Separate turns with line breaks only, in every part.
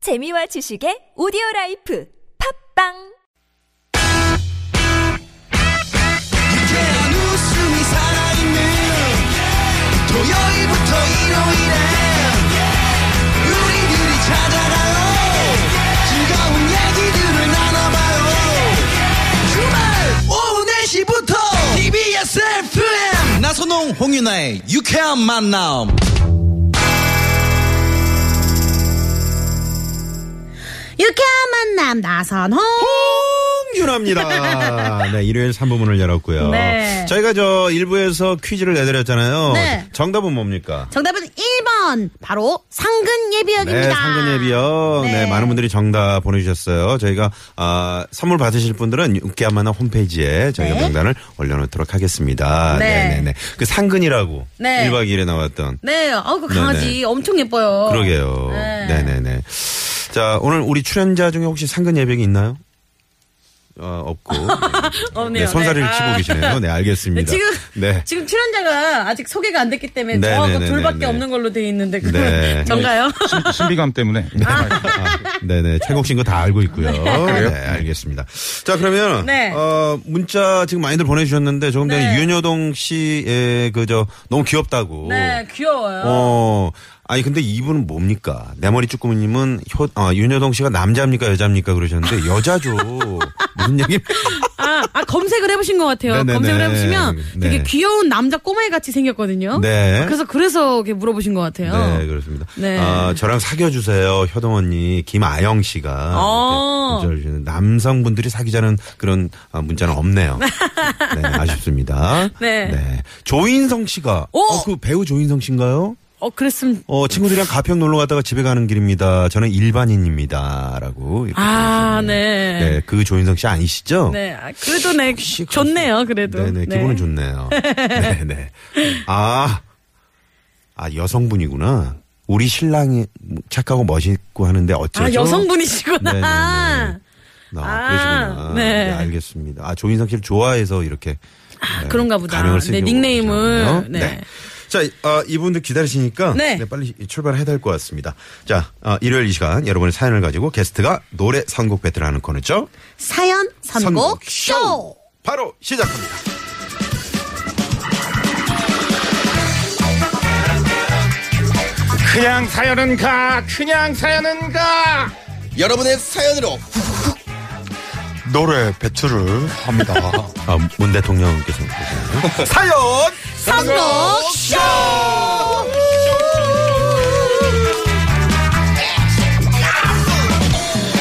재미와 지식의 오디오 라이프 팝빵
유쾌한 웃음이 살아있는 토요일부터 일요일에 우리들이 찾아가요 즐거운 얘기들을 나눠봐요 주말 오후 4시부터 TBS FM 나선홍 홍윤아의 유쾌한 만남
유쾌한 만남 나선홍
홍윤아입니다. 네, 일요일 3부문을 열었고요.
네.
저희가 저 1부에서 퀴즈를 내드렸잖아요.
네.
정답은 뭡니까?
정답은 1번 바로 상근 예비역입니다.
네, 상근예비요. 네.
네.
많은 분들이 정답 보내주셨어요. 저희가 아, 선물 받으실 분들은 육개한 만화 홈페이지에 저희가
네.
명단을 올려놓도록 하겠습니다.
네.
네, 네, 네. 그 상근이라고
네.
1박 2일에 나왔던
네, 아우 그 강아지
네네.
엄청 예뻐요.
그러게요.
네.
네, 네, 네. 자, 오늘 우리 출연자 중에 혹시 상근 예비이 있나요? 어, 없고.
없네요.
네, 손사리를
네.
치고
아.
계시네요. 네,
네,
알겠습니다.
지금
네.
지금 출연자가 아직 소개가 안 됐기 때문에
네네네네네.
저하고 둘밖에 없는 걸로 돼 있는데 그
네.
전가요?
신- 신비감 때문에.
네네. 최국 씨인 거 다 알고 있고요. 네, 알겠습니다. 자, 그러면,
아, 네.
어, 문자 지금 많이들 보내주셨는데, 조금 전에
네.
윤여동 씨의 그, 저, 너무 귀엽다고.
네, 귀여워요.
어, 아니, 근데 이분은 뭡니까? 내 머리 쭈꾸미님은 효, 아, 윤여동 씨가 남자입니까? 여자입니까? 그러셨는데, 여자죠. 무슨 얘기?
아, 아, 검색을 해보신 것 같아요.
네네네.
검색을 해보시면 되게
네.
귀여운 남자 꼬마애 같이 생겼거든요.
네.
그래서 그래서 이렇게 물어보신 것 같아요.
네, 그렇습니다.
네.
아, 저랑 사귀어 주세요. 효동 언니 김아영 씨가
어.
이렇게 문자를 주는 남성분들이 사귀자는 그런 아, 문자는 없네요. 네, 아쉽습니다.
네.
조인성 씨가
오!
어, 그 배우 조인성 씨인가요?
어, 그랬으면
어, 친구들이랑 가평 놀러 갔다가 집에 가는 길입니다. 저는 일반인입니다라고 이렇게
아,
보내주셨네요.
네.
네, 그 조인성 씨 아니시죠?
네, 아, 그래도 네,
혹시 그러시-
좋네요, 그래도.
네네, 기분은 좋네요. 네네. 아, 아, 여성분이구나. 우리 신랑이 착하고 멋있고 하는데 어쩌죠?
아,
네네네.
여성분이시구나.
아,
아,
그러시구나.
네.
네. 알겠습니다. 아, 조인성 씨를 좋아해서 이렇게. 네,
그런가 보다.
가명을
네,
쓰려고
닉네임을. 네.
그러시는군요. 네. 자, 어, 이분들 기다리시니까
네.
네, 빨리 출발해야 될 것 같습니다. 자, 어, 일요일 이 시간 여러분의 사연을 가지고 게스트가 노래 선곡 배틀을 하는 코너죠.
사연 선곡 쇼.
바로 시작합니다.
그냥 사연은 가, 그냥 사연은 가.
여러분의 사연으로
노래 배출을 합니다.
아, 문 대통령께서 보시나요?
사연.
선곡 쇼.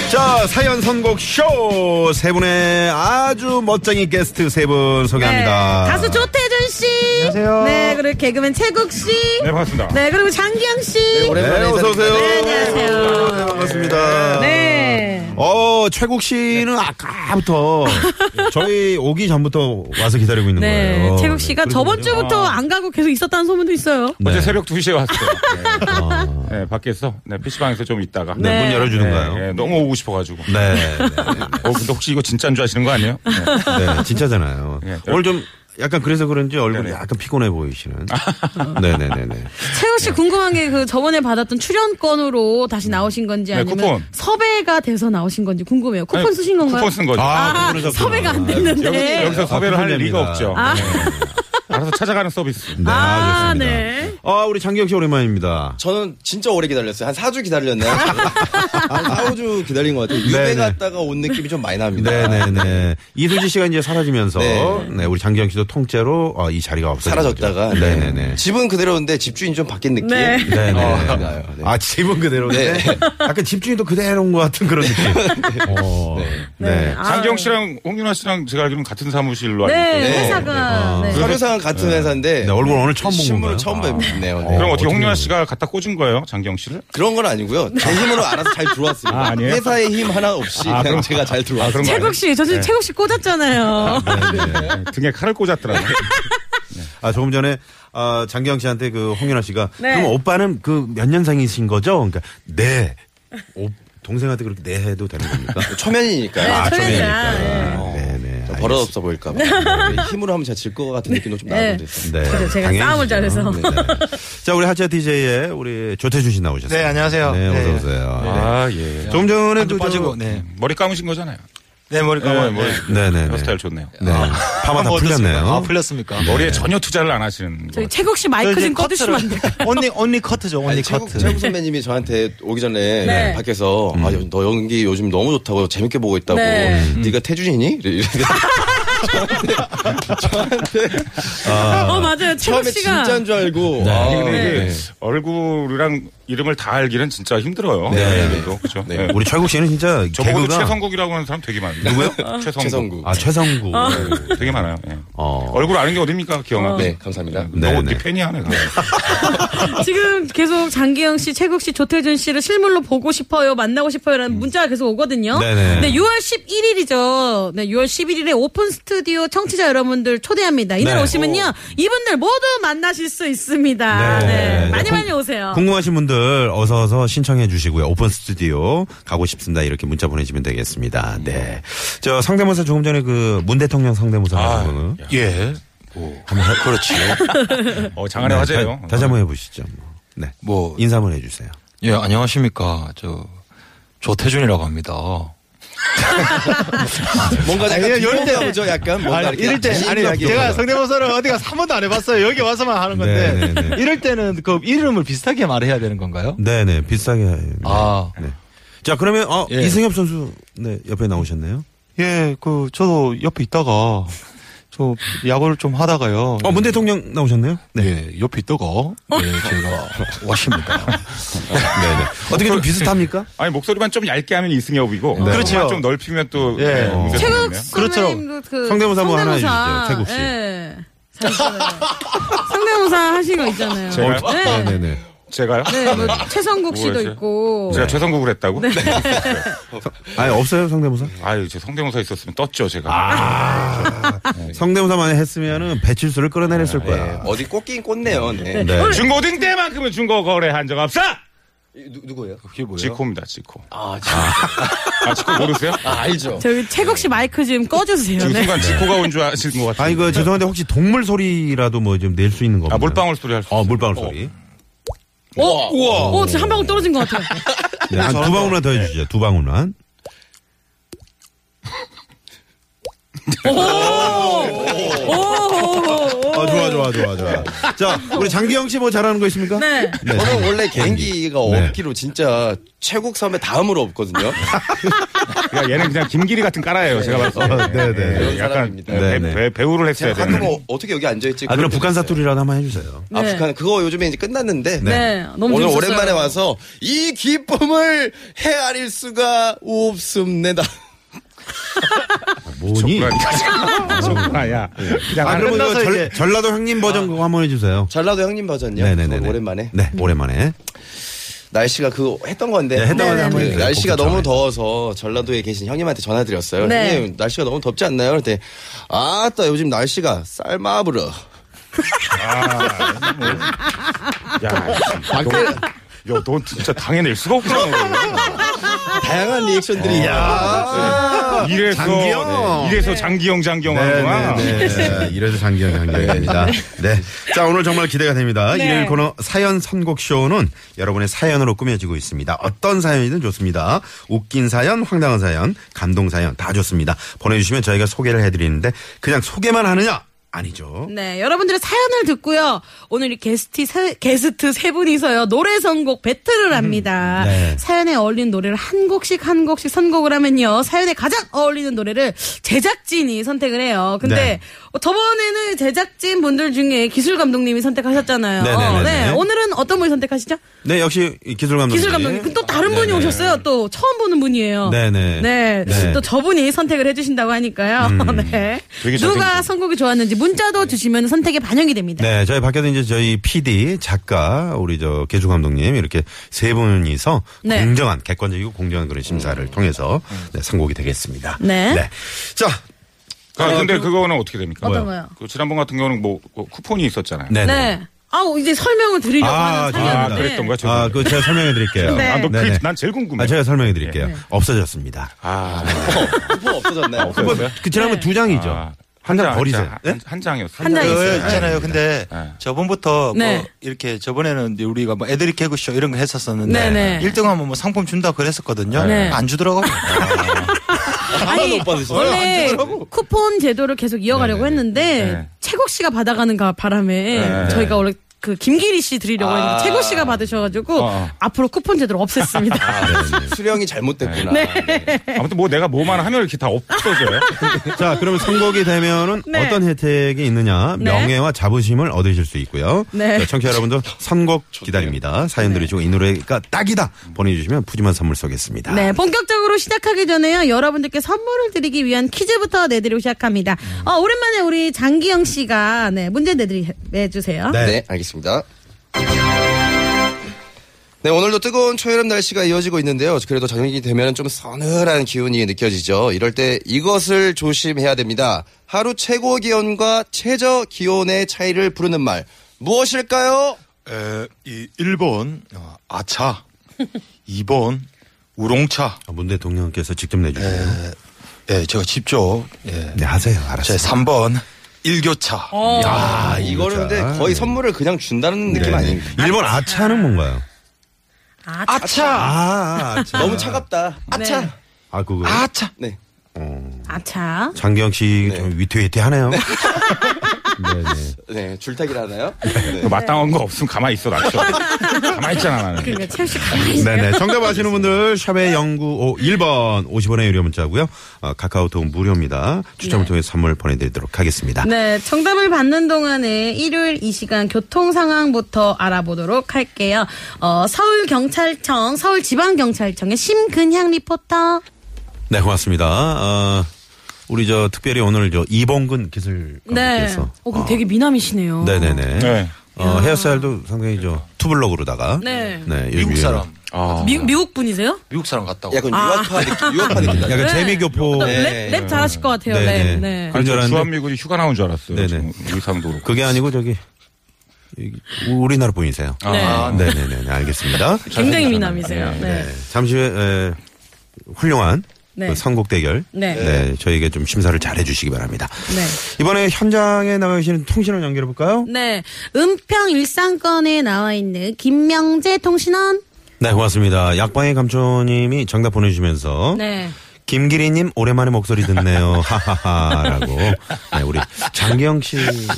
자, 사연 선곡 쇼! 세 분의 아주 멋쟁이 게스트 세 분
네.
소개합니다.
가수 조태준 씨.
안녕하세요.
네, 그리고 개그맨 최국 씨.
네, 반갑습니다.
네, 그리고 장기영 씨.
네, 어서오세요. 안녕하세요. 반갑습니다.
네.
어, 최국 씨는 아까부터 저희 오기 전부터 와서 기다리고 있는
네,
거예요.
최국 씨가
네,
저번 주부터 안 가고 계속 있었다는 소문도 있어요.
어제
네.
새벽 2시에 왔어요. 네. 네, 밖에서 네, PC방에서 좀 있다가.
네, 문 열어주는가요?
네, 네, 너무 오고 싶어가지고.
네. 네.
어, 근데 혹시 이거 진짜인 줄 아시는 거 아니에요? 네.
네, 진짜잖아요.
예.
오늘 좀 약간 그래서 그런지 얼굴이
네네.
약간 피곤해 보이시는. 네네네네.
최국 씨 궁금한 게 그 저번에 받았던 출연권으로 다시 나오신 건지
네,
아니면
쿠폰.
섭외가 돼서 나오신 건지 궁금해요. 쿠폰
아니,
쓰신 건가요?
쿠폰 쓴 거죠.
아,
그러셨구나.
섭외가 안 됐는데.
여기,
네.
여기서
아,
섭외를 할
감사합니다.
리가 없죠.
아.
네. 알아서 찾아가는 서비스.
네,
아,
알겠습니다.
네.
아, 우리 장기혁 씨 오랜만입니다.
저는 진짜 오래 기다렸어요. 한 4주 기다렸네요. 한 4, 5주 기다린 것 같아요.
네네.
유배 갔다가 온 느낌이 좀 많이 납니다.
네네네. 이수지 씨가 이제 사라지면서 네.
네.
우리 장기영 씨도 통째로 어, 이 자리가 없어졌
사라졌다가
네네네.
네. 집은 그대로인데 집주인이 좀 바뀐 느낌.
네.
네네.
어, 나요. 네.
아 집은 그대로인데
네.
약간 집주인도 그대로인 것 같은 그런 느낌. 어, 네.
아,
장경 씨랑 홍윤아 씨랑 제가 알기로는 같은 사무실로 알고
네,
있어요.
네.
아.
회사가. 네.
서류상은 같은 회사인데
네, 얼굴 오늘 처음 본
신문을
건가요?
처음 뵙네요. 네.
그럼
어,
어떻게
어떻게
홍윤아
보면-
씨가 갖다 꽂은 거예요, 장경 씨를?
그런 건 아니고요. 제 힘으로 알아서 잘 들어왔습니다.
아, 아니에요?
회사의 힘 하나 없이
아, 그럼-
그냥 제가 잘 들어왔어요.
그런 거
최국 씨, 저 지금 최국 씨 꽂았잖아요.
네, 등에 칼을 꽂았더라고요.
아 조금 전에 아, 장기영 씨한테 그 홍윤아 씨가
네.
그럼 오빠는 그 몇 년생이신 거죠? 그러니까 네. 오, 동생한테 그렇게 네 해도 되는 겁니까?
초면이니까요.
네,
아,
초면이라.
초면이니까. 네네. 네.
좀
알겠습니다.
버릇없어 보일까 봐. 네, 힘으로 하면 제가 질 것 같은 느낌도 좀
네.
나고 그래서.
네.
그죠, 제가 싸움을 잘해서.
네. 자, 우리 하차 DJ의 우리 조태준 씨 나오셨어요.
네, 안녕하세요.
네,
네.
어서오세요.
아, 예.
조금 전에
안도
그 저-
빠지고 네.
머리 감으신 거잖아요.
네 머리 감아.
머리.
네.
네, 네, 네.
헤어스타일 좋네요.
네. 파마 다
어떻습니까?
풀렸네요.
아 풀렸습니까?
머리에 전혀 투자를 안 하시는 거
저희 최국 씨 마이크 좀 꺼주시면 안 될까요?
언니 언니 커트죠. 언니
아니, 최국,
커트.
최국 선배님이 저한테 오기 전에
네.
밖에서 아, 너 연기 요즘 너무 좋다고 재밌게 보고 있다고
네.
네. 가 태준이니? 이래- 이래-
어 맞아요. 최국
처음에
씨가
진짜인 줄 알고 아,
아니, 근데 이게
네.
얼굴이랑 이름을 다 알기는 진짜 힘들어요.
네.
그래도, 그죠? 네.
우리 철국 씨는 진짜
저보고
개그가
최성국이라고 하는 사람 되게 많아요. 누구요? 최성국.
최성국
아 최성구.
어.
네, 되게 많아요. 예.
어.
얼굴 아는 게 어딥니까, 기영아?
네 감사합니다
네,
너무
네.
네 팬이야, 내가.
지금 계속 장기영 씨, 최국 씨, 조태준 씨를 실물로 보고 싶어요, 만나고 싶어요라는 문자가 계속 오거든요.
음. 네네.
네, 6월 11일이죠. 네, 6월 11일에 오픈 스튜디오 청취자 여러분들 초대합니다. 이날
네.
오시면요, 이분들 모두 만나실 수 있습니다.
네.
네,
네.
많이
궁-
많이 오세요.
궁금하신 분들 어서 어서 신청해 주시고요. 오픈 스튜디오 가고 싶습니다. 이렇게 문자 보내주면 되겠습니다.
예.
네. 저 상대모사 조금 전에 그 문 대통령 상대모사
아,
아,
야.
예.
한번 해- 그렇지.
어, 장안의 화제예요.
네, 다, 다시 한번 해보시죠. 뭐. 네.
뭐
인사 한번 해주세요.
예, 안녕하십니까. 저 조태준이라고 합니다.
뭔가 약간
예, 열대.
뒷모습이 나오죠? 약간 뭔가 이렇게
이럴 때 네, 아니
자신감
제가
있게
성대모사를 어디 가서 한 번도 안 해봤어요. 여기 와서만 하는 건데
네, 네, 네.
이럴 때는 그 이름을 비슷하게 말해야 되는 건가요?
네네 비싸게. 네.
아.
네. 자 그러면 어,
예.
이승엽 선수 네 옆에 나오셨네요.
예, 그 저도 옆에 있다가 저 야구를 좀 하다가요.
어 문 대통령 나오셨네요.
네,
예,
옆에 있다가 네, 제가 왔습니다.
네네. 어떻게 좀 비슷합니까?
아니, 목소리만 좀 얇게 하면
네.
이승엽이고. 목소리만
그렇죠.
좀 넓히면 또.
예.
네, 문제가
최국
있네요.
선배님도 그
그렇죠. 성대모사 뭐 하나 해주시죠, 최국 씨.
예. 잘했어요. 성대모사 하신 거 있잖아요.
제가요?
네. 네.
네네.
제가요?
뭐 최성국 씨도
뭐였지?
있고.
제가 최성국을 했다고? 네.
아니 없어요 상대모사?
아유, 제 성대모사 있었으면 떴죠, 제가.
아,
네, 예.
성대모사만 했으면은 배칠수를 끌어내렸을
아,
거야.
어디 꽂긴 꽂네요 네.
네.
중고등 때만큼은 중고 거래한 적 없어!
이- 누, 누구예요?
그게 뭐예요?
지코입니다, 지코.
아,
아, 지코 모르세요?
아 알죠
저기 최국 씨 마이크 좀 꺼주세요.
지금
네.
순간 지코가 온 줄 아실 것 같아요.
아니 그 죄송한데 혹시 동물 소리라도 뭐 좀 낼 수 있는 거
아,
없나요?
몰빵울 소리 할 수.
어
있어요.
물방울 소리.
어, 우와. 어, 진짜 한 방울 떨어진 것 같아요.
네, 한 두 방울만 더 해주시죠. 두 방울만.
오, 오, 오.
아 좋아 좋아 좋아 좋아. 자 우리 장기영 씨 뭐 잘하는 거 있습니까?
네.
저는 원래 개인기가
네.
없기로 진짜 최국 선배 다음으로 없거든요
야, 그러니까 얘는 그냥 김기리 같은 까라예요, 제가 봤을 때.
네, 네.
그런
약간
사람입니다.
배,
네, 네.
배, 배우를 했어야
제가
되는.
가끔 어, 어떻게 여기 앉아있지
아 그럼 북한
그럴 때
사투리라도 한번 해주세요.
아,
네.
북한 그거 요즘에 이제 끝났는데
네, 너무
오늘
재밌었어요.
오랜만에 와서 이 기쁨을 헤아릴 수가 없습니다.
뭐니?
속구나, 야. 그냥
아
하는
그러면 이거
끝나서
절,
이제-
전라도 형님 버전 그거 한번 해주세요.
전라도 형님 버전요.
네네네.
오랜만에
네 오랜만에.
날씨가 그 했던 건데
네, 했던 건데
그
한번 해주세요.
날씨가
복잡해.
너무 더워서 전라도에 계신 형님한테 전화드렸어요.
네.
형님 날씨가 너무 덥지 않나요? 그랬더니 아따 요즘 날씨가 쌀마부러.
야, 너, 야, 너 진짜 당해낼 수가 없잖아.
다양한 리액션들이
이래서 네,
장기영.
네.
이래서 장기영 장기영 하는구나.
네. 이래서 장기영 장기영입니다. 네. 자, 오늘 정말 기대가 됩니다.
네.
일요일 코너 사연 선곡 쇼는 여러분의 사연으로 꾸며지고 있습니다. 어떤 사연이든 좋습니다. 웃긴 사연, 황당한 사연, 감동 사연 다 좋습니다. 보내주시면 저희가 소개를 해드리는데 그냥 소개만 하느냐? 아니죠.
네, 여러분들의 사연을 듣고요. 오늘 이 게스트 세, 게스트 세 분이서요. 노래 선곡 배틀을 합니다.
네.
사연에 어울리는 노래를 한 곡씩 한 곡씩 선곡을 하면요. 사연에 가장 어울리는 노래를 제작진이 선택을 해요. 근데
네.
어, 저번에는 제작진 분들 중에 기술 감독님이 선택하셨잖아요.
네네네네.
네, 오늘은 어떤 분이 선택하시죠?
네, 역시 이 기술 감독님.
기술 감독님. 그또 다른 분이
네네.
오셨어요. 또 처음 보는 분이에요.
네네.
네.
네.
또 저분이 선택을 해주신다고 하니까요. 네.
음. 되게
누가
잘생겼어요.
선곡이 좋았는지 문자도 주시면 선택에 반영이 됩니다.
네, 저희 밖에도 이제 저희 PD, 작가, 우리 저 개주 감독님 이렇게 세 분이서
네. 음.
공정한 객관적이고 공정한 그런 심사를 통해서 네, 선곡이 되겠습니다.
네.
자,
아, 근데 그거는 어떻게 됩니까?
어떤 거요?
그 지난번 같은 경우는 뭐, 그 쿠폰이 있었잖아요.
네.
네. 아, 이제 설명을 드리려고
아,
하는
아,
사연인데.
죄송합니다.
그랬던가 제가.
아, 그 제가 설명해 드릴게요.
네.
아, 너
네네.
그, 난 제일 궁금해.
아, 제가 설명해 드릴게요. 없어졌습니다.
아,
쿠폰 없어졌나요?
뭐, 그 지난번 두 장이죠.
아.
한 장
한
버리세요.
장, 네?
예?
한, 한 장이었어.
한 장. 있어요.
그 네. 있잖아요. 근데
네.
저번부터
네.
뭐 이렇게 저번에는 이제 우리가 뭐 애들이 개그쇼 이런
네,
거
네.
했었었는데 일 1등 하면 뭐 상품 준다고 그랬었거든요.
네.
안 주더라고요.
아니, 원래 쿠폰 제도를 계속 이어가려고 했는데
네.
최국 씨가 받아가는 가 바람에
네. 아.
저희가 원래 그 김기리 씨 드리려고 했는데 최국 씨가 받으셔가지고
어. 아.
앞으로 쿠폰 제도를 없앴습니다.
수령이 잘못됐구나. 네.
아무튼 뭐 내가 뭐만 하면 이렇게 다 없어져요.
자, 그러면 선곡이 되면은
네.
어떤 혜택이 있느냐,
네.
명예와 자부심을 얻으실 수 있고요.
네.
자, 청취자 여러분들 선곡 기다립니다. 사연 들이시고 이 노래가 딱이다 보내주시면 푸짐한 선물 쏘겠습니다.
네, 본격적으로 시작하기 전에요. 여러분들께 선물을 드리기 위한 퀴즈부터 내드리고 시작합니다. 어, 오랜만에 우리 장기영 씨가 네, 문제 내드리 해주세요.
네.
알겠습니다. 네, 오늘도 뜨거운 초여름 날씨가 이어지고 있는데요. 그래도 저녁이 되면 좀 서늘한 기운이 느껴지죠. 이럴 때 이것을 조심해야 됩니다. 하루 최고 기온과 최저 기온의 차이를 부르는 말 무엇일까요?
에, 이 1번 어, 아차, 2번 우롱차.
아, 문 대통령께서 직접 내주세요.
예, 제가 직접 예.
네, 하세요. 알았어요.
제 3번 일교차.
어,
아, 이거는 네. 근데 거의 선물을 그냥 준다는 느낌 아닙니까?
1번 네, 아차는 뭔가요?
아,
아,
아차,
아, 아차.
너무 차갑다.
아차.
아, 그거.
아차.
네.
아차.
장경 씨 좀 위태위태하네요.
네, 줄타기를 하나요? 네.
그 마땅한 거 없으면 가만히 있어, 놔둬. 가만히 있잖아, 나는.
그러니까 최욱 씨 가만히 있어요.
네. 네네. 정답 아시는 분들 샵의 0951번 50원의 유료 문자고요. 어, 카카오톡 무료입니다. 추첨을 통해 선물 보내드리도록 하겠습니다.
네, 정답을 받는 동안에 일요일 이 시간 교통 상황부터 알아보도록 할게요. 어, 서울경찰청, 서울지방경찰청의 심근향 리포터.
네, 고맙습니다. 어, 우리 저 특별히 오늘 저 이봉근 기술감께서 아.
어, 그럼 되게 미남이시네요.
네네네.
네.
어, 헤어스타일도 상당히 저 투블럭으로다가
네.
요즘
미국 사람,
미, 미국 분이세요?
미국 사람 같다고.
약간 유학파 느낌, 유학파 느낌 나요.
약간
네.
재미교포
랩, 랩 잘하실 것 같아요,
네,
랩.
네.
네.
아니, 저
알았는데-
주한미군이 휴가 나온 줄 알았어요.
네네.
지금 의상도 그렇고.
그게 아니고 저기 이- 우리나라 분이세요.
아,
네. 네네 알겠습니다.
굉장히 미남이세요. 네.
네, 잠시 후에 에, 훌륭한
네.
그 선곡 대결.
네.
네, 저에게 좀 심사를 잘 해주시기 바랍니다.
네.
이번에 현장에 나가 계시는 통신원 연결해 볼까요?
네. 은평 일상권에 나와 있는 김명재 통신원.
네, 고맙습니다. 약방의 감초님이 정답 보내주시면서
네.
김기리님 오랜만에 목소리 듣네요. 하하하라고. 네, 우리 장기영 씨,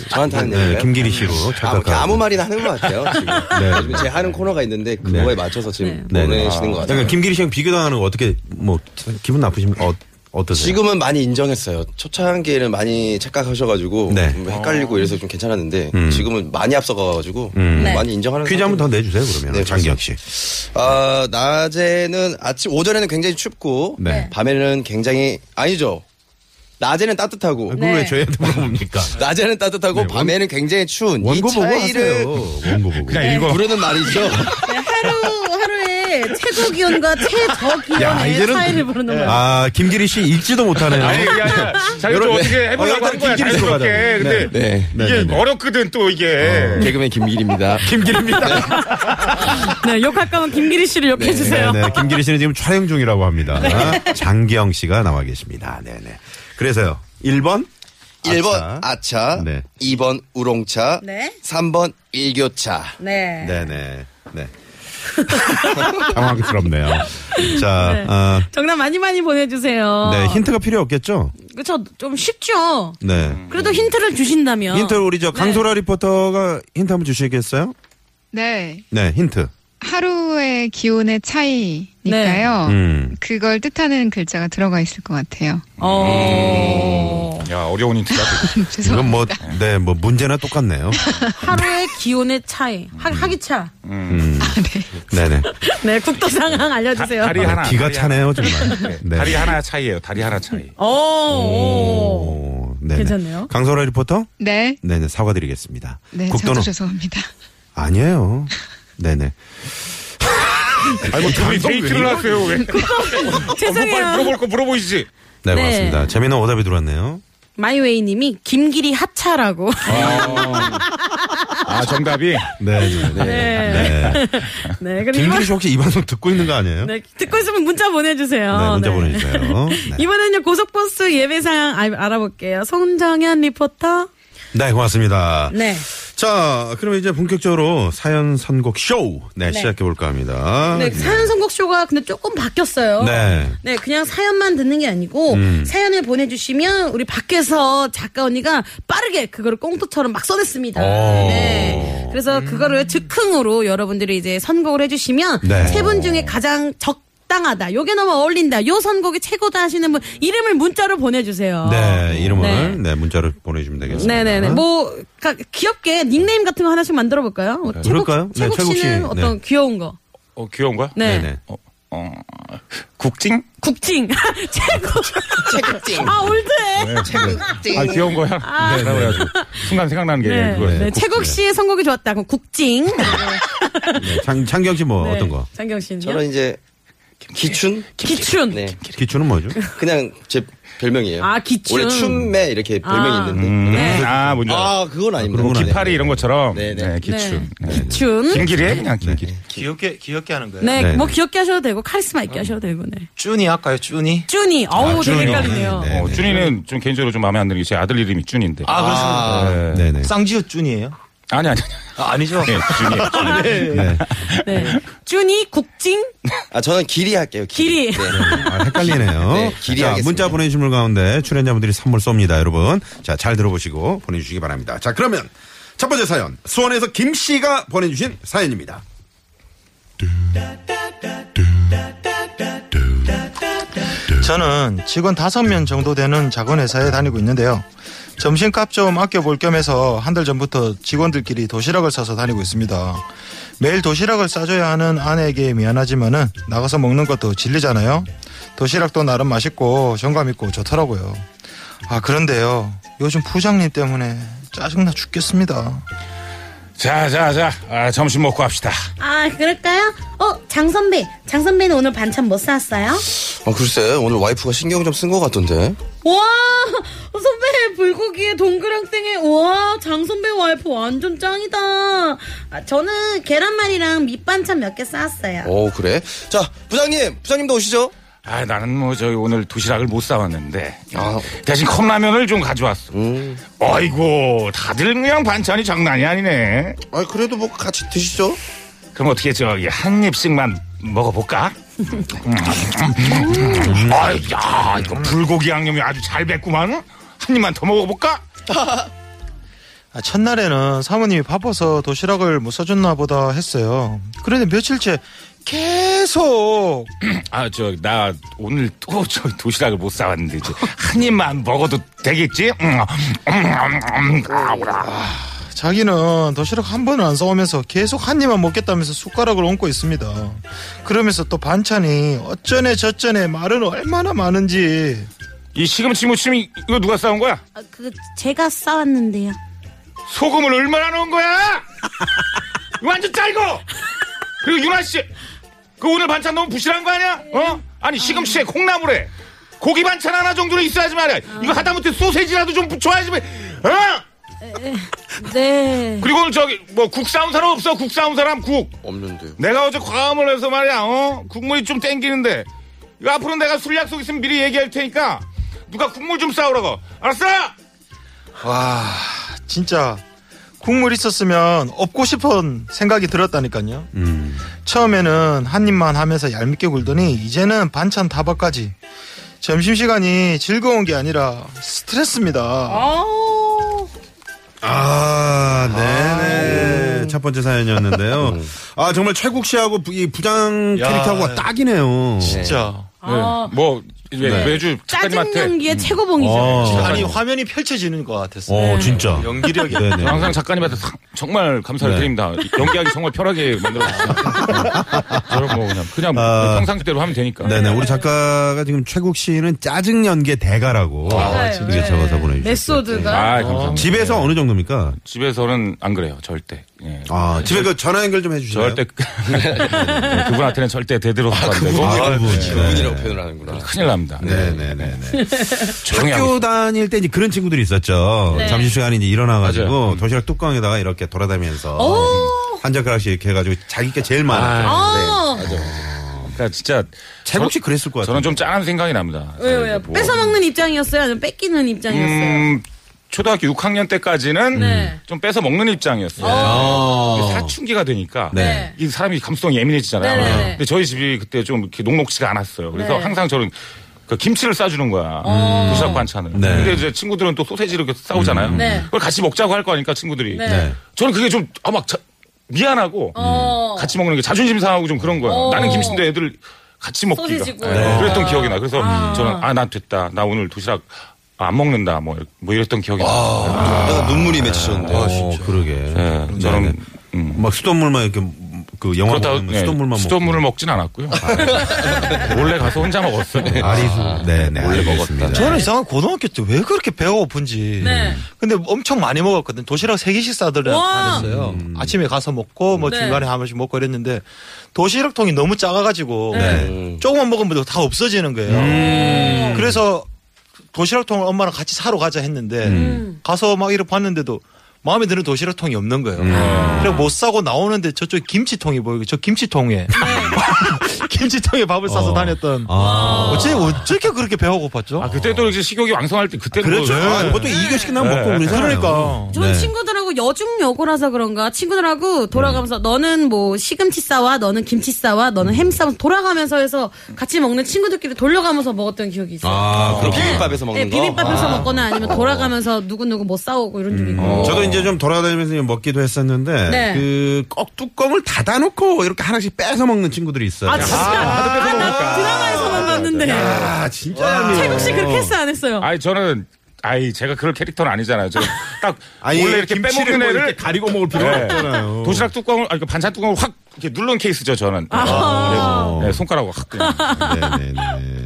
저한테 하는
네,
얘기예요?
김기리 씨로
아,
착각하고.
그냥 아무 말이나 하는 것 같아요. 지금
네.
요즘 제 하는 코너가 있는데 그거에 맞춰서 지금
네, 네.
보내시는 것 같아요.
약간 김기리 씨랑 비교당하는 거 어떻게 뭐 기분 나쁘시면 어, 어떠세요?
지금은 많이 인정했어요. 초창기에는 많이 착각하셔가지고
네. 음.
좀 헷갈리고 이래서 좀 괜찮았는데 지금은 많이 앞서가가지고
네.
많이 인정하는
퀴즈 한번 더 내주세요 그러면
네,
장기영 씨.
아, 낮에는 아침 오전에는 굉장히 춥고
네.
밤에는 굉장히 아니죠. 낮에는 따뜻하고
아, 그걸
네.
왜 저희한테 물어봅니까?
낮에는 따뜻하고 밤에는 굉장히 추운
네, 원고
이
보고 하세요.
차이를 그러니까
원고 보고.
그냥 읽어.
부르는 말이죠.
네, 하루, 하루에 최고 기온과 최저 기온의 차이를 부르는 거예요.
아 김기리 씨 읽지도 못하네요.
아니, 아니, 아니. 자기 좀 어떻게 해보려고
어,
한 거야,
일단 김기리 씨로
자연스럽게.
가자고.
근데
네.
이게 어렵거든, 또 이게.
개그맨 김길입니다.
김기리입니다.
네, 욕할 거면 김기리 씨를 욕해주세요.
네, 네. 김기리 씨는 지금 촬영 중이라고 합니다. 장기영 씨가 나와 계십니다. 네네. 그래서요. 1번
1번 아차,
네.
2번 우롱차,
네.
3번 일교차.
네.
네네. 네. 당황스럽네요. 자,
네. 어.
어,
정답 많이 많이 보내주세요.
네 힌트가 필요 없겠죠?
그쵸, 좀 쉽죠?
네.
그래도 힌트를 주신다면.
힌트 우리 저 강소라 리포터가 힌트 한번 주시겠어요?
네.
네 힌트.
하루의 기온의 차이니까요.
음.
그걸 뜻하는 글자가 들어가 있을 것 같아요.
어.
야, 어려운 힌트다.
죄송.
이건 뭐, 네, 뭐, 문제나 똑같네요.
하루의 기온의 차이. 하, 하기차.
네네.
네, 국도 상황 알려주세요.
다리 하나.
기가
다리
차네요, 네. 정말.
하나. 네. 다리 하나 차이예요 다리 하나 차이.
어, 오. 오.
오, 네네.
괜찮네요.
강소라 리포터?
네.
네네, 사과드리겠습니다.
네,
국도는?
저도 죄송합니다.
아니에요. 네네.
아니,
네.
뭐, 둘이 데이트를 하세요, 왜.
죄송해요.
어, 뭐, 물어볼 거 물어보시지.
네,
네.
고맙습니다. 재미있는 오답이 들어왔네요.
마이웨이 님이 김길이 하차라고.
아, 아, 정답이?
네. 네. 네.
네. 네, 그리고
김규리 씨 혹시 이 방송 듣고 있는 거 아니에요?
네, 아, 듣고 있으면 문자 보내주세요.
네, 문자 보내주세요. 네.
이번에는요, 고속버스 예배상 알- 알아볼게요. 송정현 리포터.
네, 고맙습니다.
네.
자, 그럼 이제 본격적으로 사연 선곡 쇼. 네, 시작해 볼까 합니다.
네, 사연 선곡쇼가 근데 조금 바뀌었어요.
네.
네, 그냥 사연만 듣는 게 아니고,
음.
사연을 보내주시면 우리 밖에서 작가 언니가 빠르게 그거를 꽁트처럼 막 써냈습니다.
오.
네. 그래서 그거를 즉흥으로 여러분들이 이제 선곡을 해주시면,
네.
세 분 중에 가장 적 당하다. 요게 너무 어울린다. 요 선곡이 최고다 하시는 분 이름을 문자로 보내주세요.
네, 이름을
어. 네.
네, 문자로 보내주시면 되겠습니다.
네네네. 뭐 가- 귀엽게 닉네임 같은 거 하나씩 만들어 볼까요? 뭐 최국,
그럴까요? 네,
최국
최국 씨.
씨는
네.
어떤 귀여운 거.
어, 귀여운 거야?
네.
네네.
어, 국징?
국징 최국.
채극징.
아 올드해.
채극징.
아, 귀여운 거야? 네, 라고 해가지고. 순간 생각나는 게
네.
그거였어요.
네, 최국 씨의 선곡이 좋았다. 그럼 국징.
네, 장, 창경 씨 뭐
네.
어떤 거?
장경 씨는요?
저는 이제 기춘?
기춘.
네.
기초는 뭐죠?
그냥 제 별명이에요.
아, 기춘.
원래 춘매 이렇게 별명이
아.
있는데. 네.
음, 아, 뭔지 알아.
아, 그건 아닙니다.
그런 건 아니에요.
파리 이런 것처럼.
네,
네,
네.
기춘.
네.
네.
기춘.
김길이에 그냥 김길이.
귀엽게 귀엽게 하는 거예요.
네,
네.
뭐 귀엽게 하셔도 되고 카리스마 있게 하셔도 되고. 네.
쭈니 할까요? 쭈니?
준이. 어우 되게
준이.
헷갈리네요.
네,
어,
네.
준이는 좀 개인적으로 좀 마음에 안 드는 게 제 아들 이름이 준인데.
아, 그렇습니까?
네.
네네.
쌍지우 쭈니예요?
아니, 아니,
아, 아니죠.
아니. 네, 준이.
네.
네. 준이 국징
아, 저는 길이 할게요. 네. 길이.
길이.
아, 헷갈리네요.
네, 길이
자,
하겠습니다.
문자 보내주신 분 가운데 출연자분들이 선물 쏩니다, 여러분. 자, 잘 들어보시고 보내주시기 바랍니다. 자, 그러면 첫 번째 사연. 수원에서 김 씨가 보내주신 사연입니다.
저는 직원 다섯 명 정도 되는 작은 회사에 다니고 있는데요. 점심값 좀 아껴볼 겸해서 한 달 전부터 직원들끼리 도시락을 싸서 다니고 있습니다. 매일 도시락을 싸줘야 하는 아내에게 미안하지만은 나가서 먹는 것도 질리잖아요. 도시락도 나름 맛있고 정감 있고 좋더라고요. 아 그런데요. 요즘 부장님 때문에 짜증나 죽겠습니다.
자, 자, 자. 아, 점심 먹고 합시다.
아 그럴까요? 어 장선배. 장선배는 오늘 반찬 뭐 쌌어요?
아, 글쎄, 오늘 와이프가 신경 좀 쓴 것 같던데.
와 선배 불고기에 동그랑땡에 와 장선배 와이프 완전 짱이다 아, 저는 계란말이랑 밑반찬 몇 개
음.
쌓았어요
오, 그래? 자, 부장님, 부장님도 오시죠.
아, 나는 뭐 저기 오늘 도시락을 못 싸왔는데.
아.
대신 컵라면을 좀 가져왔어. 아이고, 다들 그냥 반찬이 장난이 아니네.
아, 그래도 뭐 같이 드시죠.
그럼 어떻게 저기 한 입씩만 먹어볼까? 음. 아이, 야, 이거 불고기 양념이 아주 잘 뱄구만. 한 입만 더 먹어볼까?
아, 첫날에는 사모님이 바빠서 도시락을 못 사줬나 보다 했어요. 그런데 며칠째 계속
아, 저, 나 오늘 또 저 도시락을 못 싸왔는데, 이제 한 입만 먹어도 되겠지? 음, 음, 음, 음, 아우라.
자기는 도시락 한 번을 안 싸오면서 계속 한 입만 먹겠다면서 숟가락을 얹고 있습니다. 그러면서 또 반찬이 어쩌네 저쩌네 말은 얼마나 많은지
이 시금치 무침, 이- 이거 누가 싸온 거야?
아, 그 제가 쌓았는데요
소금을 얼마나 넣은 거야? 완전 짤고! 그리고 윤아씨, 그 오늘 반찬 너무 부실한 거 아니야? 어? 아니, 시금치에 콩나물에 고기 반찬 하나 정도는 있어야지 말이야. 이거 하다못해 소세지라도 좀 붙여야지. 뭐. 어?
네
그리고 오늘 저기, 뭐, 국 싸운 사람 없어? 국 싸운 사람 국.
없는데요.
내가 어제 과음을 해서 말이야, 어? 국물이 좀 땡기는데. 이거 앞으로 내가 술 약속 있으면 미리 얘기할 테니까 누가 국물 좀 싸우라고. 알았어?
와 진짜 국물 있었으면 없고 싶은 생각이 들었다니까요.
음.
처음에는 한 입만 하면서 얄밉게 굴더니 이제는 반찬 다발까지 점심시간이 즐거운 게 아니라 스트레스입니다.
아우
아, 네네. 첫 번째 사연이었는데요. 아, 정말 최국 씨하고 부- 이 부장
야,
캐릭터하고
네.
딱이네요.
진짜.
아,
뭐, 매주
짜증 연기의 최고봉이죠
어.
아니 화면이 펼쳐지는 것 같았어요.
어, 진짜.
연기력이
네네.
항상 작가님한테 상- 정말 감사를
네.
드립니다. 연기하기 정말 편하게 만들어 주시요 저는 뭐 그냥 그냥
아.
평상시대로 하면 되니까.
네네. 우리 작가가 지금 최국 씨는 짜증 연기 대가라고.
대가예요.
이게
네.
적어서 보내주셨어요.
메소드가
아, 감사합니다.
집에서 어느 정도입니까?
집에서는 안 그래요. 절대. 예.
아, 집에 그 전화 연결 좀 해주세요.
절대 그- 그분한테는 절대 대대로 안 되고
아, 그분.
네. 그분이라고 표현을 하는구나.
큰일 나. 바랍니다.
네네네.
조용히 하고
학교 다닐 때 이제 그런 친구들이 있었죠.
네.
잠시 시간에 이제 일어나가지고
맞아요.
도시락 뚜껑에다가 이렇게 돌아다니면서
오.
한 젓가락씩 이렇게 해가지고 자기 게 제일 많았죠.
아.
그러니까 진짜
최국 씨 그랬을 것 같아요.
저는 좀 짠한 생각이 납니다.
왜요, 왜요?
뭐,
뺏어 먹는 입장이었어요? 아니면 뺏기는 입장이었어요?
음, 초등학교 6학년 때까지는
네.
좀 뺏어 먹는 입장이었어요. 근데 사춘기가 되니까
어. 네.
이 사람이 감수성이 예민해지잖아요.
네네네.
근데 저희 집이 그때 좀 이렇게 녹록지가 않았어요. 그래서
네. 어.
항상 저는 그 김치를 싸주는 거야. 도시락 반찬을.
네.
근데 이제 친구들은 또 소세지를 이렇게 싸우잖아요.
네.
그걸 같이 먹자고 할 거 아니까 친구들이.
네. 네.
저는 그게 좀, 아, 막 자- 미안하고
어.
같이 먹는 게 자존심 상하고 좀 그런 거야.
어.
나는 김치인데 애들 같이 먹기가.
소시지고.
예,
네.
그랬던
아.
기억이 나. 그래서 저는 아, 난 됐다. 나 오늘 도시락 안 먹는다. 뭐, 이렇- 뭐 이랬던 기억이 나.
아, 눈물이 맺히셨는데.
어, 그러게.
예,
네,
저는
네. 막 수돗물만 이렇게 그 영화
그렇다고
보면
예,
수돗물만
수돗물을 먹진 않았고요. 몰래 가서 혼자 먹었어요.
먹고. 아리수. 네네.
몰래
알겠습니다.
먹었다.
저는 이상한 고등학교 때 왜 그렇게 배가 고픈지.
네.
근데 엄청 많이 먹었거든. 도시락 세 개씩
와.
싸들었어요. 아침에 가서 먹고 뭐
네.
중간에 한 번씩 먹고 이랬는데 도시락통이 너무 작아가지고
네.
조금만 먹으면 다 없어지는 거예요. 그래서 도시락통을 엄마랑 같이 사러 가자 했는데 가서 막 이렇게 봤는데도 마음에 드는 도시락통이 없는 거예요. 그래 못 사고 나오는데 저쪽에 김치통이 보이고 저
네.
김치통에 김치통에 밥을 싸서 다녔던 어째 어떻게 그렇게 배가 고팠죠?
아, 그때도 이제 식욕이 왕성할 때 그때도
그렇죠.
뭐-
아, 보통 이교시 끝나면
예.
먹고 네. 그러잖아요.
그러니까.
저는
네.
친구들하고 여중여고라서 그런가 친구들하고
네.
돌아가면서 너는 뭐 시금치 싸와 너는 김치 싸와 너는 햄 싸와 돌아가면서 해서 같이 먹는 친구들끼리 돌려가면서 먹었던 기억이 있어요.
아,
그럼
그렇게.
비빔밥에서 먹는
네,
거.
비빔밥에서 먹거나 아니면 돌아가면서 누구누구 뭐 싸우고 이런
음.
적이 있고.
음. 저도 이제 좀 돌아다니면서 먹기도 했었는데
네.
그꼭 뚜껑을 닫아놓고 이렇게 하나씩 빼서 먹는 친구들이 있어요.
아 진짜 아, 나 드라마에서만 봤는데
아, 진짜
최국 씨 그렇게 했어 안 했어요?
아니 저는 아이 제가 그럴 캐릭터는 아니잖아요. 저는 딱
아니,
원래 이렇게
김치를
빼먹는
뭐 이렇게
애를 네.
가리고 먹을 필요가 없잖아요.
도시락 뚜껑을 아니 그 반찬 뚜껑을 확 이렇게 누른 케이스죠 저는.
아.
네, 손가락으로 확 그냥.
네네네.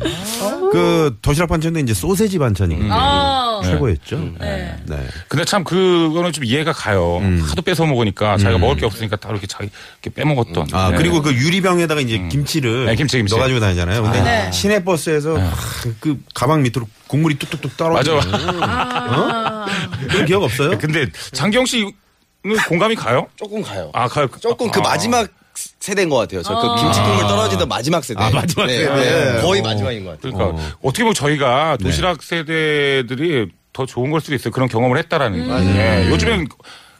그 도시락 반찬도 이제 소세지 반찬이거든요.
음.
아.
최고였죠.
네.
네.
근데 참 그거는 좀 이해가 가요.
음.
하도 뺏어 먹으니까 자기가 먹을 게 없으니까 다 이렇게 자기 이렇게 빼먹었던.
아
네.
그리고 그 유리병에다가 이제 김치를
네, 김치, 김치.
넣어가지고 다니잖아요. 근데
네.
시내 버스에서 그 가방 밑으로 국물이 뚝뚝뚝
맞아.
떨어지는 그런 기억 없어요?
근데 장경 씨는 공감이 가요?
조금 가요.
아 가요.
조금 그
아.
마지막 세대인 것 같아요. 저 그 김치 국물 떨어지던 마지막 세대.
아, 마지막
네,
세대.
네, 거의 마지막인 것 같아요.
그러니까 어. 떻게 보면 저희가
네.
도시락 세대들이 더 좋은 걸 수도 있어요. 그런 경험을 했다라는 거. 예. 요즘엔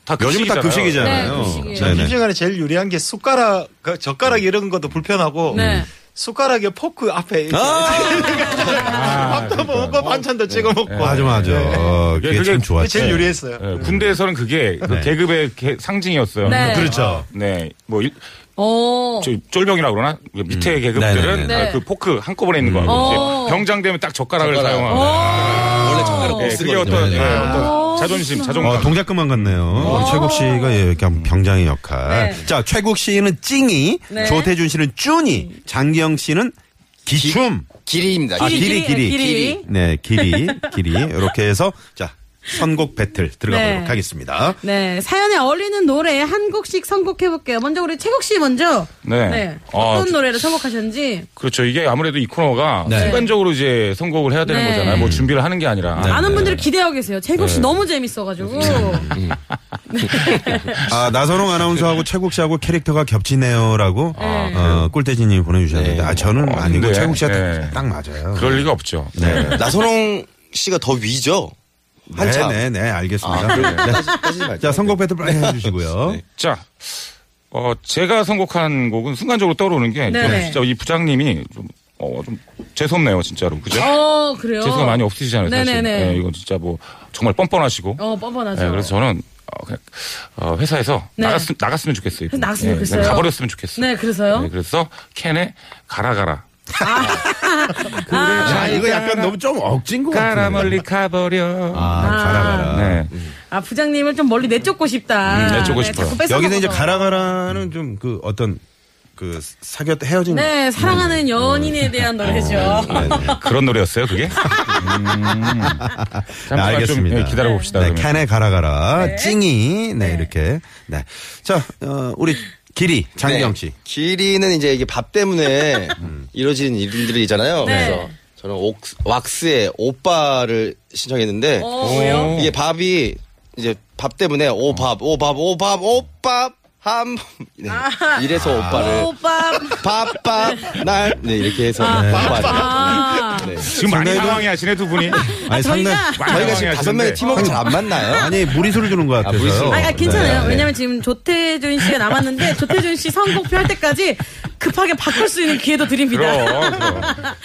다
요즘 다 급식이잖아요.
네, 급식이에요.
네네. 음.
점심시간에 제일 유리한 게 숟가락, 그 젓가락 이런 것도 불편하고
네.
숟가락에 포크 앞에 이렇게
아!
밥도 먹고 반찬도 찍어 먹고
네.
네.
맞아 네. 맞아.
네.
어, 그게,
예, 그게
참
그게
좋았죠.
제일 유리했어요.
예, 군대에서는 그게 그
네.
계급의 개- 상징이었어요.
네.
그렇죠.
네, 뭐 일-
오.
어. 저 쫄병이라 그러나 그 밑에 계급들은
네네네.
아, 그 포크 한꺼번에 있는 거 하고
어.
이제 병장 되면 딱 젓가락을
젓가락.
사용하고
원래 젓가락
예,
못
그게
쓰거든요.
어떤, 예,
네.
아.
어떤 자존심, 자존감.
어, 동작금만 같네요. 우리 최국 씨가 예, 이렇게 한 병장의 역할.
네.
자, 최국 씨는 찡이,
네.
조태준 씨는 쭈니, 장기영 씨는 기춤.
길이입니다.
아, 길이, 길이.
길이.
네, 길이, 길이. 이렇게 해서 자, 선곡 배틀 들어가
네.
보도록 하겠습니다.
네 사연에 어울리는 노래 한 곡씩 선곡해 볼게요. 먼저 우리 최국 씨 먼저
네.
어떤
아, 저-
노래를 선곡하셨는지
그렇죠. 이게 아무래도 이 코너가 순간적으로 이제 선곡을 해야 되는
네.
거잖아요. 뭐 준비를 하는 게 아니라.
많은 분들이 기대하고 계세요. 최국
네.
씨 너무 재밌어가지고
아, 나선홍 아나운서하고 최국 씨하고 캐릭터가 겹치네요라고 어, 꿀대진님이 보내주셨는데, 아, 저는 아니고
네.
최국 씨가
네.
딱, 딱 맞아요.
그럴 리가 없죠.
네.
나선홍 씨가 더 위죠? 한참.
네, 네, 네, 알겠습니다.
아,
네.
따지지 말자.
자, 선곡 배틀 빨리
네.
해주시고요.
자, 어, 제가 선곡한 곡은 순간적으로 떠오르는 게,
네.
좀 진짜 이 부장님이 좀, 어, 좀 재수없네요, 진짜로. 그죠?
어 그래요.
재수가 많이 없으시잖아요, 사실.
네네네.
예, 이건 진짜 뭐, 정말 뻔뻔하시고.
어 뻔뻔하죠.
예, 그래서 저는, 어, 그냥, 어, 회사에서
네.
나갔, 나갔으면 좋겠어요. 이분.
나갔으면
예, 그냥
좋겠어요.
가버렸으면 좋겠어요.
네, 그래서요?
그래서 캔에 가라 가라.
아.
네. 아,
야, 이거 약간 너무 좀 억진 것
가라
같아요.
멀리 가버려.
아, 가라 가라.
네.
아 부장님을 좀 멀리 내쫓고 싶다.
음, 내쫓고 싶어요.
자꾸 뺏어
여기서 이제
먹어서.
가라 가라는 좀 그 어떤 그 사귀었다 헤어진
네 사랑하는 연인에 대한 노래죠.
네, 그런 노래였어요, 그게? 음.
네,
잠깐만 좀 예, 기다려 봅시다.
네,
그러면.
캔에 가라 가라 찡이 네, 이렇게 네. 자, 어, 우리 길이
네.
장기영 씨. 음.
길이는 이제 이게 밥 때문에 이루어지는 일들이잖아요.
네.
그래서 저는 옥스- 왁스의 오빠를 신청했는데
어, 왜요?
이게 밥이 이제 밥 때문에 오밥 오밥 오밥 오밥 함 네.
아.
이래서
아.
오빠를
오빠.
밥밥 날 네 이렇게 해서 오빠
아.
네.
지금 많이 당황해하시네 두 분이.
아니,
저희가-
많이
저희가 지금 다섯 명의
당황해하시는데.
팀워크 잘 안 맞나요?
아니 무리수를 주는 것 같아서요.
무리수를.
아니, 아니, 괜찮아요.
네.
왜냐면 지금 조태준 씨가 남았는데 조태준 씨 선곡표 할 때까지 급하게 바꿀 수 있는 기회도 드립니다.
그럼, 그럼.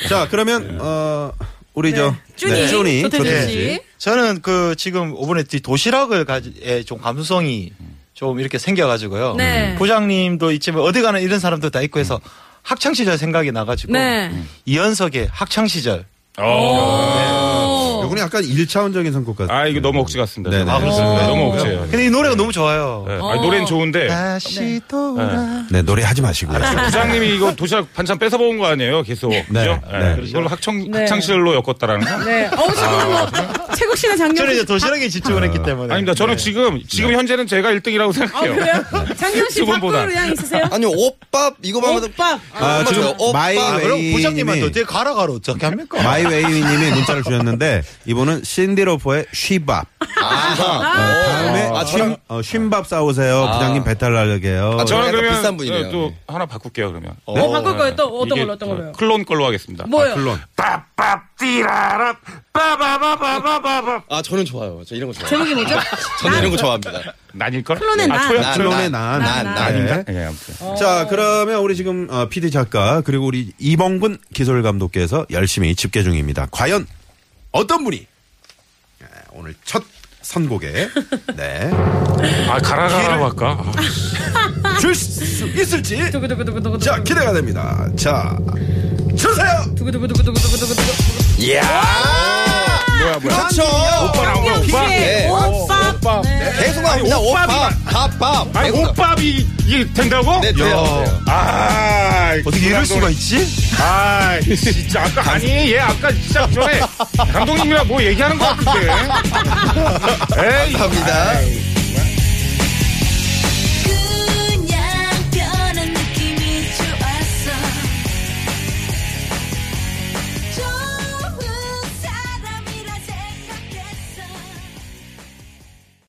자
네.
그러면 어 우리 저
쭈니,
네, 쭈니,
조태준
조태준
씨.
저는 그 지금 이번에 이 도시락을 가지에 예, 좀 감성이 좀 이렇게 생겨가지고요.
네.
부장님도 있지만 어디 가나 이런 사람들 다 있고
음.
해서 학창 시절 생각이 나가지고
네.
이연석의 학창 시절.
어,
어. 오.
이분이 약간 1차원적인 선곡 같아요.
아 이게 너무 억지 같습니다.
네네.
아, 그렇습니다. 너무
어.
네.
억지예요.
근데 이 노래가 너무 좋아요.
네. 아니, 노래는 좋은데
다시 돌아.
네 노래 하지 마시고요.
아, 부장님이 이거 도시락 반찬 뺏어 먹은 거 아니에요? 계속 그죠?
네.
네. 이걸로 학청
네.
학창 시절로 엮었다라는 거.
네. 어우, 지금 뭐, 최국 씨는 작년.
저는 이제 도시락에 집중을 했기 때문에.
아,
네.
아닙니다. 저는
네.
지금 지금 현재는 제가 1등이라고
아,
생각해요.
그래요? 작년 씨
두 분보다.
바꾸는 의향 있으세요?
아니 오밥 이거만 해도
오빠.
아 지금
아,
오빠.
그럼
마이웨이
부장님한테
님이
어떻게 가라 가라 어떻게 합니까?
마이웨이님이 문자를 주셨는데 이분은 신디로퍼의 쉬밥.
어.
아하
다음에 쉰, 어, 쉰밥 싸오세요. 부장님 배탈 나게 해요.
아,
아. 저는
약간
그러면
비싼 분이네요.
어, 또
네.
하나 바꿀게요 그러면. 네.
뭐 바꿀 거예요? 또 어떤
이게
걸로, 어떤 걸로요?
클론 걸로 하겠습니다.
뭐요?
빠밥 띠라라 빠바바바바바바
아 저는 좋아요. 저 이런 거 좋아요.
제목이 뭐죠?
저는 이런 거 좋아합니다.
난일 걸?
클론의 난.
클론의 난.
난, 난.
네.
예, 아무튼.
자, 그러면 우리 지금 어, PD 작가 그리고 우리 이봉근 기술 감독께서 열심히 집계 중입니다. 과연 어떤 분이 네, 오늘 첫 선곡에 네.
아 가라 가라 할까?
줄 수 있을지
두구두구두구두구두구.
자, 기대가 됩니다. 자, 주세요.
두구두구두구두구두구두구.
뭐야 뭐야?
그렇죠.
오빠 나온 거야
작년
오빠.
씨의
네.
오빠. 네.
오빠.
계속 나옵니다.
아니,
오밥
오밥이
밥밥.
아니
계속
오빠이 이게 된다고?
네, 돼요, 돼요.
아
어떻게 이럴 수가 있지?
아 진짜 아까 아니 얘 아까 진짜 전에 감독님이랑 뭐 얘기하는 것 같은데. 에이
감사합니다.